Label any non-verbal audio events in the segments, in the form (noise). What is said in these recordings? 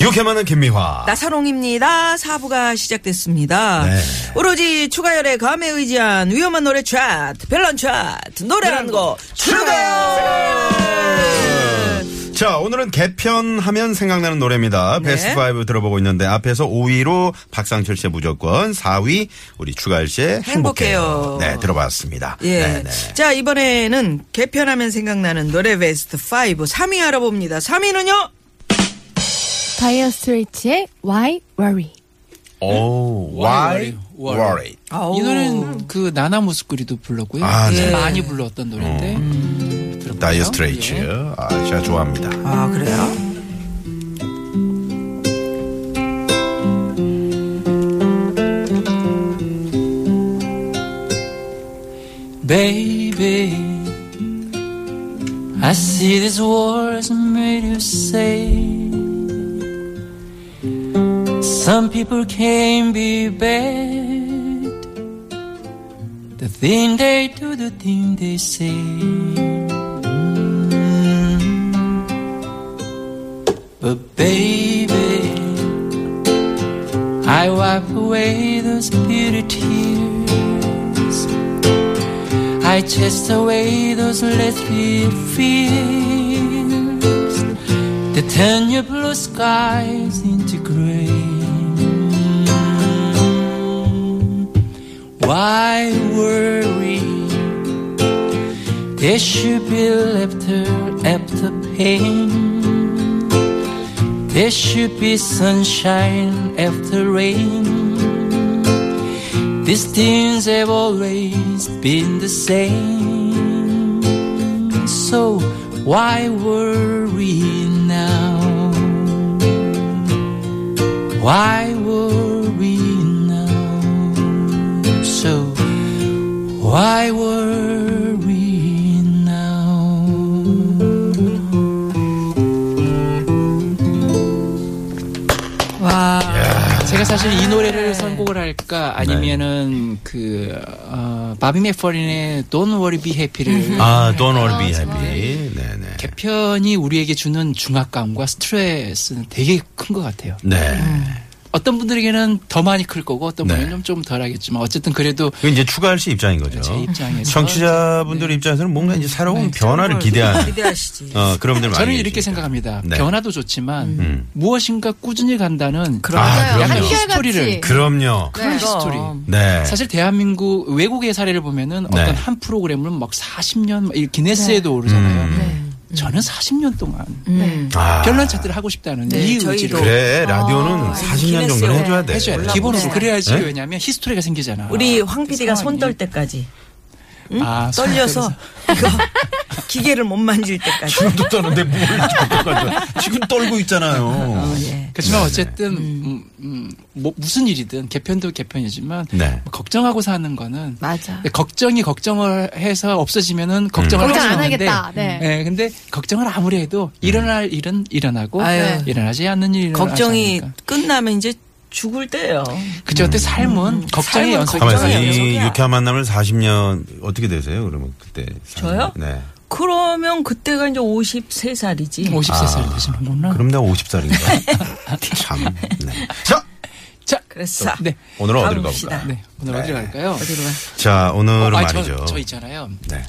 이렇게 많은 김미화. 나사롱입니다. 사부가 시작됐습니다. 아. 네. 오로지 추가열의 감에 의지한 위험한 노래 차트, 별난 차트, 노래 한 곡, 추가열! 자, 오늘은 개편하면 생각나는 노래입니다. 네. 베스트 5 들어보고 있는데 앞에서 5위로 박상철 씨의 무조건, 4위 우리 추가열 씨의 행복해요. 행복해요. 네, 들어봤습니다. 예. 네, 네. 자, 이번에는 개편하면 생각나는 노래 베스트 5, 3위 알아봅니다. 3위는요? 바이어 스트레이츠의 Why Worry. 오, why Oh, worry. worry. 이 노래는 그 나나 모스쿠리도 불렀고요. 아, 네. 예. 많이 불렀던 노래인데. 들어보세요. 다이어 스트레이츠. 예. 아, 제가 좋아합니다. 아, 그래요? Baby, I see these words made you say. Some people can be bad. The thing they do, the thing they say. Mm. But baby, I wipe away those bitter tears. I chased away those lesbian fears that turn your blue skies into gray. Why worry? There should be laughter after pain. There should be sunshine after rain. These things have always been the same. So why worry now? Why worry now? So why worry now? 와. 제가 사실 이 노래를 선곡을 할까 아니면은 그 어, 바비 맥퍼린의 Don't Worry Be Happy를 아, don't all be happy. 네, 네. 개편이 우리에게 주는 중압감과 스트레스는 되게 큰 것 같아요. 네. 음. 어떤 분들에게는 더 많이 클 거고 어떤 네. 분들은 좀 덜하겠지만 어쨌든 그래도 이건 이제 추가할 씨 입장인 거죠. 제 입장에서 네. 청취자분들 입장에서는 뭔가 이제 새로운 변화를 기대하는 기대하시지. 어, 그런 분들 많이 저는 이렇게 계시니까. 생각합니다. 네. 변화도 좋지만 음. 무엇인가 꾸준히 간다는 그런 아, 맞아요. 그럼요. 한결같이. 스토리를. 그럼요. 그런 네. 히스토리. 네. 사실 대한민국 외국의 사례를 보면은 네. 어떤 한 프로그램은 막 40년 이 기네스에도 오르잖아요. 저는 40년 동안 네. 음. 음. 아. 별난 차트를 하고 싶다는 네, 이 저희도. 의지를 그래 라디오는 40년 정도는 기네스에 해줘야 돼. 아, 해줘야 돼. 기본으로 그래야지 네? 왜냐하면 히스토리가 생기잖아. 그 우리 황 PD가 상황이. 손 떨 때까지. 응? 아, 손 떨려서 이거 (laughs) 기계를 못 만질 때까지. 지금도 떠는데 뭘 (laughs) 지금 지금 떨고 있잖아요. 예. 네. 그렇지만 어쨌든 음, 음, 뭐 무슨 일이든 개편도 개편이지만 네. 뭐 걱정하고 사는 거는 맞아. 근데 걱정이 걱정을 해서 없어지면은 음. 걱정을 걱정 하지 안 않는데, 하겠다. 네. 예, 근데 걱정을 아무리 해도 음. 일어날 일은 일어나고 아유. 일어나지 않는 일이 일어나지 걱정이 않으니까. 끝나면 이제 죽을 때예요. 그죠? 음. 어때 삶은 걱정의 음. 삶은 연속. 가만 있어. 걱정이에요, 이 속이야. 유쾌한 만남을 40년 어떻게 되세요? 그러면 그때 사는 거. 저요? 네. 그러면 그때가 이제 53살이지. 53살이 되시는구나. 아. 그럼 내가 (laughs) 50살인가? 참. 네. 자, 자, 그랬어. 네, 오늘은 어디로 가봅시다. 가볼까? 네. 오늘 네. 어디 갈까요? 어디로 가? 자, 오늘은 어, 아니, 말이죠. 저, 저 있잖아요. 네.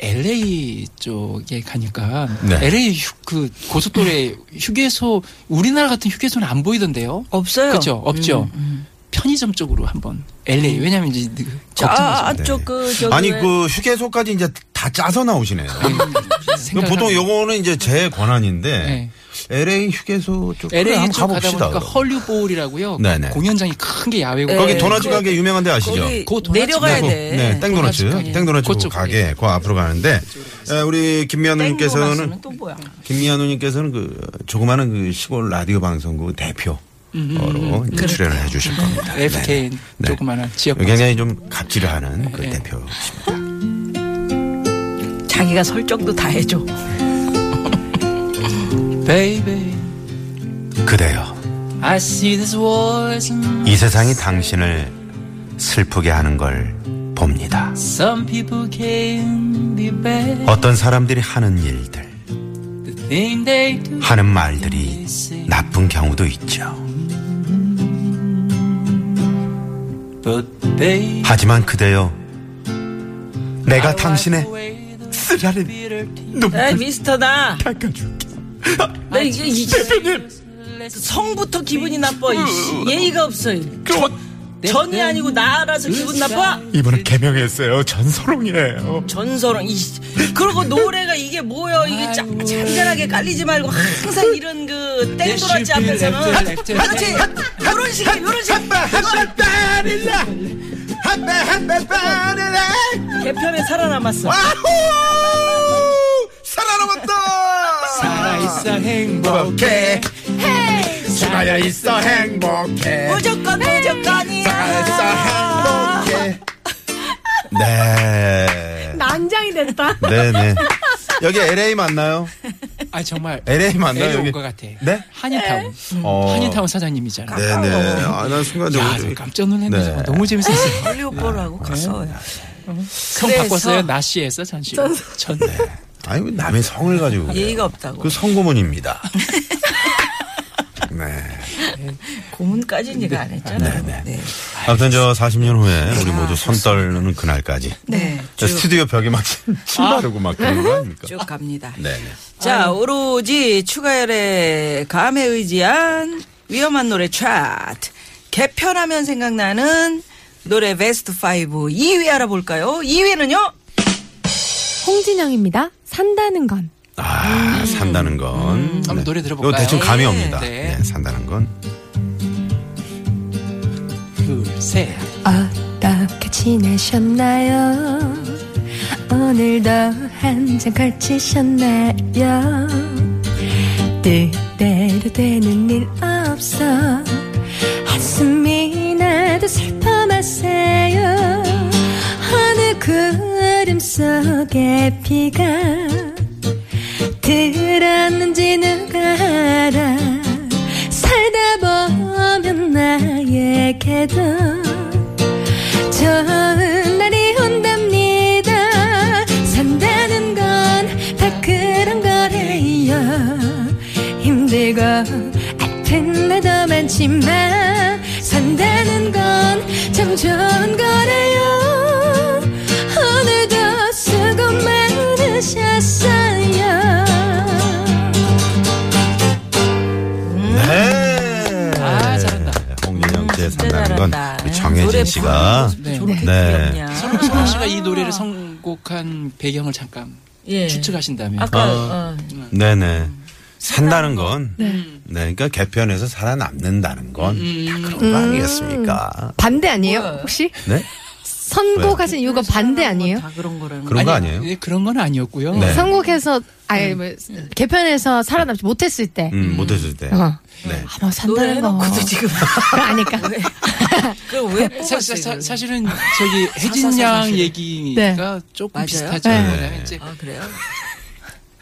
LA 쪽에 가니까 네. LA 휴, 그 고속도로에 휴게소 우리나라 같은 휴게소는 안 보이던데요. 없어요. 음, 그렇죠, 없죠. 편의점 쪽으로 한번 LA 왜냐면 이제 그 저, 아, 아, 걱정하지 저, 그, 저기. 아니 왜- 그 휴게소까지 이제 다 짜서 나오시네요. 마. 아. 보통 생각하면- 요거는 이제 제 권한인데 네. LA 휴게소 쪽 그래, LA 한번 쪽 가다 가봅시다. 보니까 그럼. 헐류볼이라고 네네. 공연장이 큰 게 야외고 거기 네, 도넛 가게 유명한데 아시죠? 거기 그거 도넛집 내려가야 말고. 돼. 네, 도넛집 땡도너츠, 가게. 땡도너츠 그쪽 가게, 그 앞으로 가는데, 에, 우리 김미아누님께서는, 땡도넛은 또 뭐야? 김미아누님께서는 그, 조그마한 그 시골 라디오 방송국 대표로 이제 출연을 해주실 겁니다. 음, FKN 네. 조그마한 지역 굉장히 좀 갑질을 하는 그 네. 대표십니다. 자기가 설정도 다 해줘. Baby 그대여, I see this world as 이 세상이 당신을 슬프게 하는 걸 봅니다. Some people can be bad 어떤 사람들이 하는 일들, The thing they do 하는 말들이 나쁜 경우도 있죠. But they 하지만 그대여, 내가 wipe 당신의 away the 쓰라린 bitter tears. 에 미스터 나. 나 이게 이 대표님 성부터 기분이 나빠. 이씨. 예의가 없어. 이. 전이 아니고 나라서 기분 나빠. 이번엔 개명했어요. 전서롱이에요. 전설은 이 그리고 노래가 이게 뭐야 이게 짜- 잔잔하게 깔리지 말고 항상 이런 그 땡도라지 앞에서는 그렇지 요런 식이 요런 식 개편에 살아남았어 아후! 살아남았다! 살아있어 행복 오케이. 살아야 있어 행복해. 무조건 무조건이야 살아있어 행복해. 네. 난장이 됐다. 네네. 여기 LA 맞나요? 아 정말 LA 맞나요, LA 여기? 온것 같아 네? 한인타운 어. 한인타운 사장님이잖아 네네. 아, 난 야, 순간적으로. 저 깜짝 놀랐네. 네. 정말 너무 재밌었어요. 헐리 오빠라고 가서 성 바꿨어요. 나시에서 잠시. 전. 아니, 왜 남의 성을 가지고. 그래요? 예의가 없다고 그 (laughs) 성고문입니다. 네. 고문까지 얘가 안 했잖아요 네, 네. 네. 아무튼 저 40년 후에 아, 우리 모두 손 떨는 그날까지. 네. 저 스튜디오 벽에 막 침 아. 바르고 막 그런 거 아닙니까? 쭉 갑니다 네네. 자, 오로지 추가열의 감에 의지한 위험한 노래 차트. 개편하면 생각나는 노래 베스트 5 2위 알아볼까요? 2위는요? 홍진영입니다. 산다는 건. 아, 산다는 건. 음. 한번 노래 들어볼까요? 이거 대충 감이 네. 옵니다. 네. 네, 산다는 건. 둘, 셋. 어떻게 지내셨나요? 오늘도 한잔 걸치셨나요? 뜻대로 되는 일 없어 한숨이 나도 슬퍼 마세요 어느 구름 속에 비가 들었는지 누가 알아 살다 보면 나에게도 좋은 날이 온답니다 산다는 건 다 그런 거래요 힘들고 아픈 날도 많지만 산다는 건 참 좋은 거래요 오늘도 수고 많으셨어요 네. 음. 아, 잘한다. 음, 홍진영 씨의 산다는 잘한다. 네, 건 우리 정혜진 네. 노래 씨가. 부르는 모습이 저렇게 네. 네. 귀엽냐. 성우 씨가 이 노래를 선곡한 배경을 잠깐 예. 추측하신다면. 아까 어, 네네. 산다는 건. 네. 그러니까 개편에서 살아남는다는 건. 다 그런 거 아니겠습니까? 반대 아니에요? 혹시 네? 선곡하신 이유가 반대 네, 아니에요? 뭐 다 그런 거라는 거. 그런 거 아니에요? 예, 그런 건 아니었고요. 네. 선곡해서 아예 뭐 개편해서 살아남지 못했을 때 음, 못했을 때. 어. 네. 아마 노래 산다는 거 해놓고도 지금 (laughs) 네. 아니까 그걸 왜 사, 뽑았어요? 이걸? 실은 저기 혜진 양 사사사사실. 네. 얘기가 조금 맞아요. 비슷하죠. 네. 왜냐면 이제 아 그래요?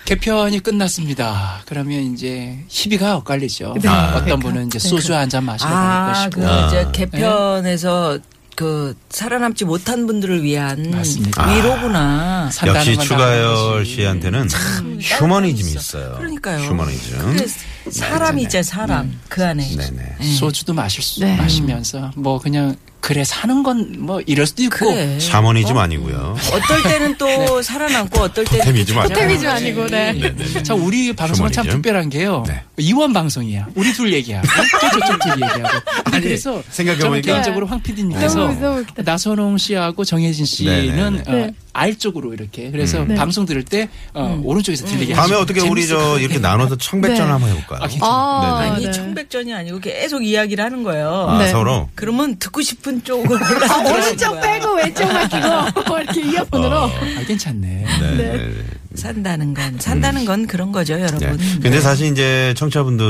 개편이 끝났습니다. 그러면 이제 희비가 엇갈리죠. 네. 어떤 분은 이제 소주 한 잔 마시러 갈 아, 것이고 그 이제 개편에서 그 살아남지 못한 분들을 위한 아. 맞습니다. 위로구나. 산다는 역시 건 추가열 나가는 거지. 씨한테는 휴머니즘이 있어요. 그러니까요. 휴머니즘. 그 사람이 있잖아요, 사람. 그 안에. 네네. 음. 소주도 마실 수, 네. 마시면서 뭐 그냥 그래 사는 건 뭐 이럴 수도 있고 그래. 네. 샤머니즘 아니고요. 어떨 때는 또 살아남고 어떨 때는 토템이즘 아니고. 템이죠 아니고 네. 자, 우리 방송은 참 주머니즘. 특별한 게요. 네. 이원 방송이야. 우리 둘 얘기하고, 또 저쪽 둘 얘기하고. (laughs) 근데 그래서 생각해보니까- 저는 개인적으로 황 너무 PD님께서 웃어, 웃다. 나선홍 씨하고 정혜진 씨는 네, 음. 어, 네. 알 쪽으로 이렇게 그래서 방송 들을 때 어, 오른쪽에서 들리게 다음에 하시면 어떻게 우리 재밌을 것 저 같아요. 이렇게 나눠서 청백전 네. 한번 해볼까요? 아, 괜찮아요. 아, 네네. 아니 네. 청백전이 아니고 계속 이야기를 하는 거예요. 아, 네. 서로. 그러면 듣고 싶은 쪽으로 골라서 아, 들어가는 오른쪽 거야. 빼고 왼쪽만 (laughs) 끼고 이렇게 이어폰으로. 아, 괜찮네. 네. 네. 산다는 건 산다는 건 그런 거죠, 네. 여러분. 근데 사실 이제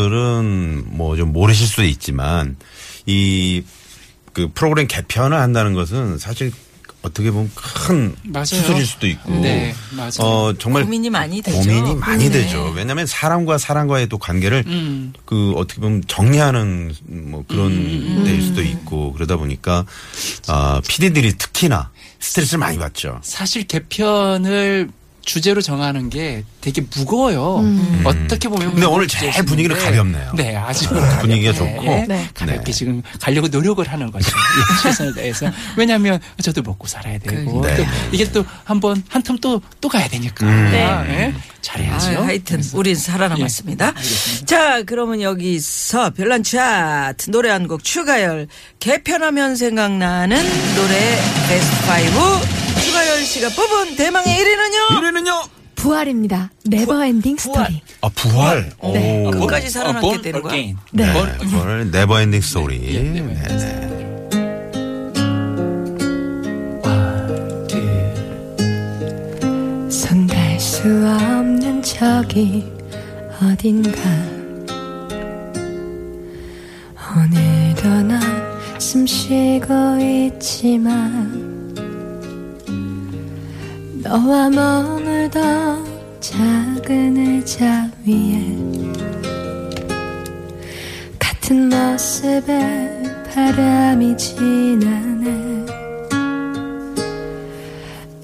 청취자분들은 뭐 좀 모르실 수도 있지만 이 그 프로그램 개편을 한다는 것은 사실 어떻게 보면 큰 맞아요. 수술일 수도 있고 네, 맞아요. 어 정말 고민이 많이 되죠. 고민이 많이 네. 되죠. 왜냐하면 사람과 사람과의 또 관계를 음. 그 어떻게 보면 정리하는 뭐 그런 음, 데일 수도 있고 그러다 보니까 아 피디들이 특히나 스트레스를 많이 받죠. 사실 개편을 주제로 정하는 게 되게 무거워요. 음. 어떻게 보면. 근데 무거운 오늘 제일 주제였는데. 분위기는 가볍네요. 네, 아주 가볍게. 분위기가 좋고. 네. 가볍게 네. 지금 가려고 노력을 (laughs) 하는 거죠. 예, 최선을 다해서. 왜냐하면 저도 먹고 살아야 되고 네. 그러니까. 음. 또 이게 또 한 번 한 텀 또 또 가야 되니까. 예, 아, 잘해야죠. 하여튼 우린 살아남았습니다. 자, 그러면 여기서 별난 차트 노래 한 곡 추가열 개편하면 생각나는 노래 베스트 5 추가열 씨가 뽑은 대망의 1위는요. 이래는요. 부활입니다. 네버엔딩 스토리. 아 부활. 네. 오. 끝까지 살아남게 어, 되는 거야? again. 네. Born 그걸 네버엔딩 스토리. 예, 네버엔딩 네, 네. 손댈 수 없는 저기 어딘가 오늘도 난 숨 쉬고 있지만 너와 머물던 작은 의자 위에 같은 모습에 바람이 지나네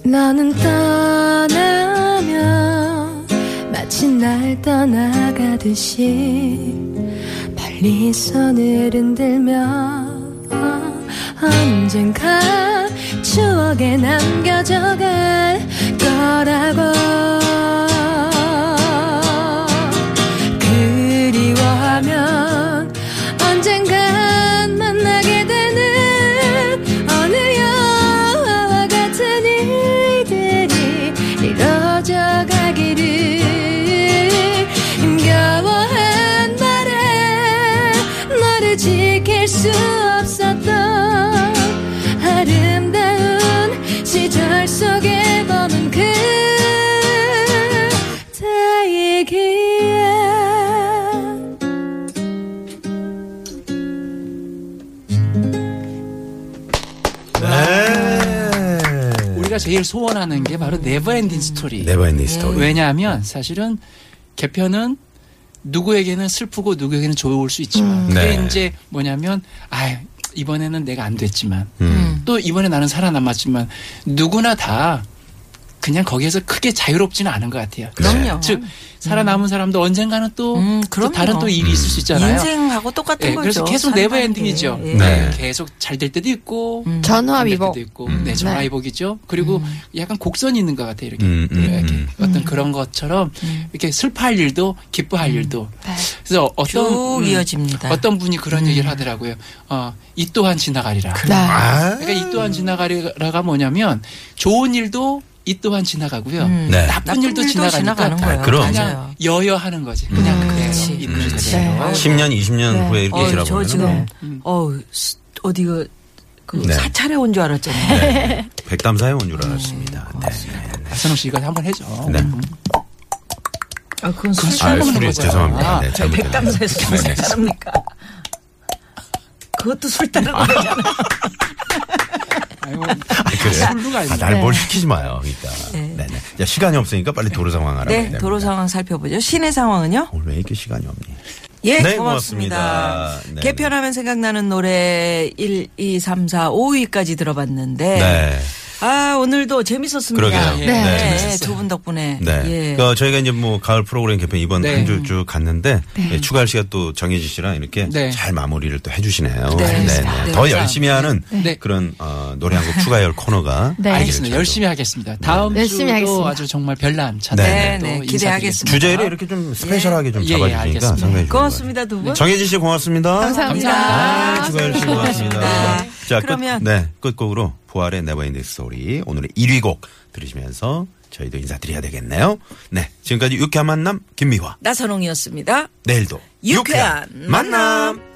너는 떠나면 마치 날 떠나가듯이 빨리 손을 흔들며 언젠가 추억에 남겨져갈 거라고 그리워하면 언젠가 만나게 되는 어느 여와 같은 일들이 이루어져 가기를 힘겨워한 바람 너를 지킬 수 없었던 아름다운 시절 속에 그 보는 그대의 기억 네. 우리가 제일 소원하는 게 음. 바로 네버엔딩 스토리. 네버엔딩 스토리. 왜냐하면 사실은 개편은 누구에게는 슬프고 누구에게는 좋을 수 있지만 그게 네. 이제 뭐냐면 아 이번에는 내가 안 됐지만 음. 음. 또 이번에 나는 살아남았지만 누구나 다 그냥 거기에서 크게 자유롭지는 않은 것 같아요. 그렇죠. 그럼요. 즉 음. 살아남은 사람도 언젠가는 또, 음, 또 그럼요. 다른 또 일이 있을 수 있잖아요. 인생하고 똑같은 예, 거죠. 그래서 계속 산다는 네버 엔딩이죠. 게. 예. 음. 네. 계속 잘 될 때도 있고 전화 안 될 위복. 때도 있고, 네, 전화위복이죠. 그리고 약간 곡선이 있는 것 같아요. 이렇게, 네, 음, 음, 이렇게 음. 어떤 그런 것처럼 음. 이렇게 슬퍼할 일도 기뻐할 일도. 그래서 어떤 네. 쭉 이어집니다. 음. 음. 어떤 분이 그런 얘기를 하더라고요. 어, 이 또한 지나가리라. 그, 네. 아. 러니까이 음. 또한 지나가리라가 뭐냐면 좋은 일도 이 또한 지나가고요. 네. 나쁜, 일도 지나가니까 음. 지나가는 거야. 아, 그럼. 그냥 맞아요. 음. 여여하는 거지. 그냥 그대로 그렇지. 네. 있는 그렇지. 그대로. 10년, 20년 후에 이렇게 어, 저 지나보면 지금 네. 어우 스- 어디 그, 그 네. 사찰에 온 줄 알았잖아요. 백담사에 온 줄 알았습니다. 네. 나선홍 씨 이거 한번 해줘. 네. 음. 아, 그건 술 아, 먹는 술이 거잖아. 죄송합니다. 네, 잘못했네요. 백담사에서 술사합니까 그것도 술 따는 거잖아. 아이고, 아, 그래요? 술로가 아, 아니라. 날뭘 시키지 마요. 그러니까. 네. 네. 자, 시간이 없으니까 빨리 도로 상황 알아봐야 네, 됩니다. 도로 상황 살펴보죠. 시내 상황은요? 오늘 왜 이렇게 시간이 없니? 예, 네, 고맙습니다. 고맙습니다. 네, 개편하면 생각나는 노래 1, 2, 3, 4, 5위까지 들어봤는데. 네. 아, 오늘도 재밌었습니다. 그러게요. 예. 네. 두 분 덕분에. 네. 예. 그 저희가 이제 뭐 가을 프로그램 개편 이번 네. 한 줄 쭉 갔는데 예, 추가할 시간 또 정해지 씨랑 이렇게 네. 잘 마무리를 또 해주시네요. 네. 네. 더 네. 열심히 하는 네. 그런 어, 노래 한 곡 추가열 네. 코너가 되기를 알겠습니다. 저희도 열심히 하겠습니다. 다음 열심히 주도 하겠습니다. 아주 정말 별난 차트 네, 네, 또 기대하겠습니다. 주제를 이렇게 좀 스페셜하게 좀 예, 예, 잡아주시니까 알겠습니다. 상당히 좋은 것 같아요. 고맙습니다, 두 분. 정혜진 씨 고맙습니다. 감사합니다. 아, 추가열 씨 고맙습니다. 고맙습니다. 자, 자, 그러면- 끝, 네, 끝곡으로 부활의 네버엔딩 스토리 오늘의 1위 곡 들으시면서 저희도 인사드려야 되겠네요. 네, 지금까지 유쾌한 만남 김미화. 나선홍이었습니다. 내일도 유쾌한 만남.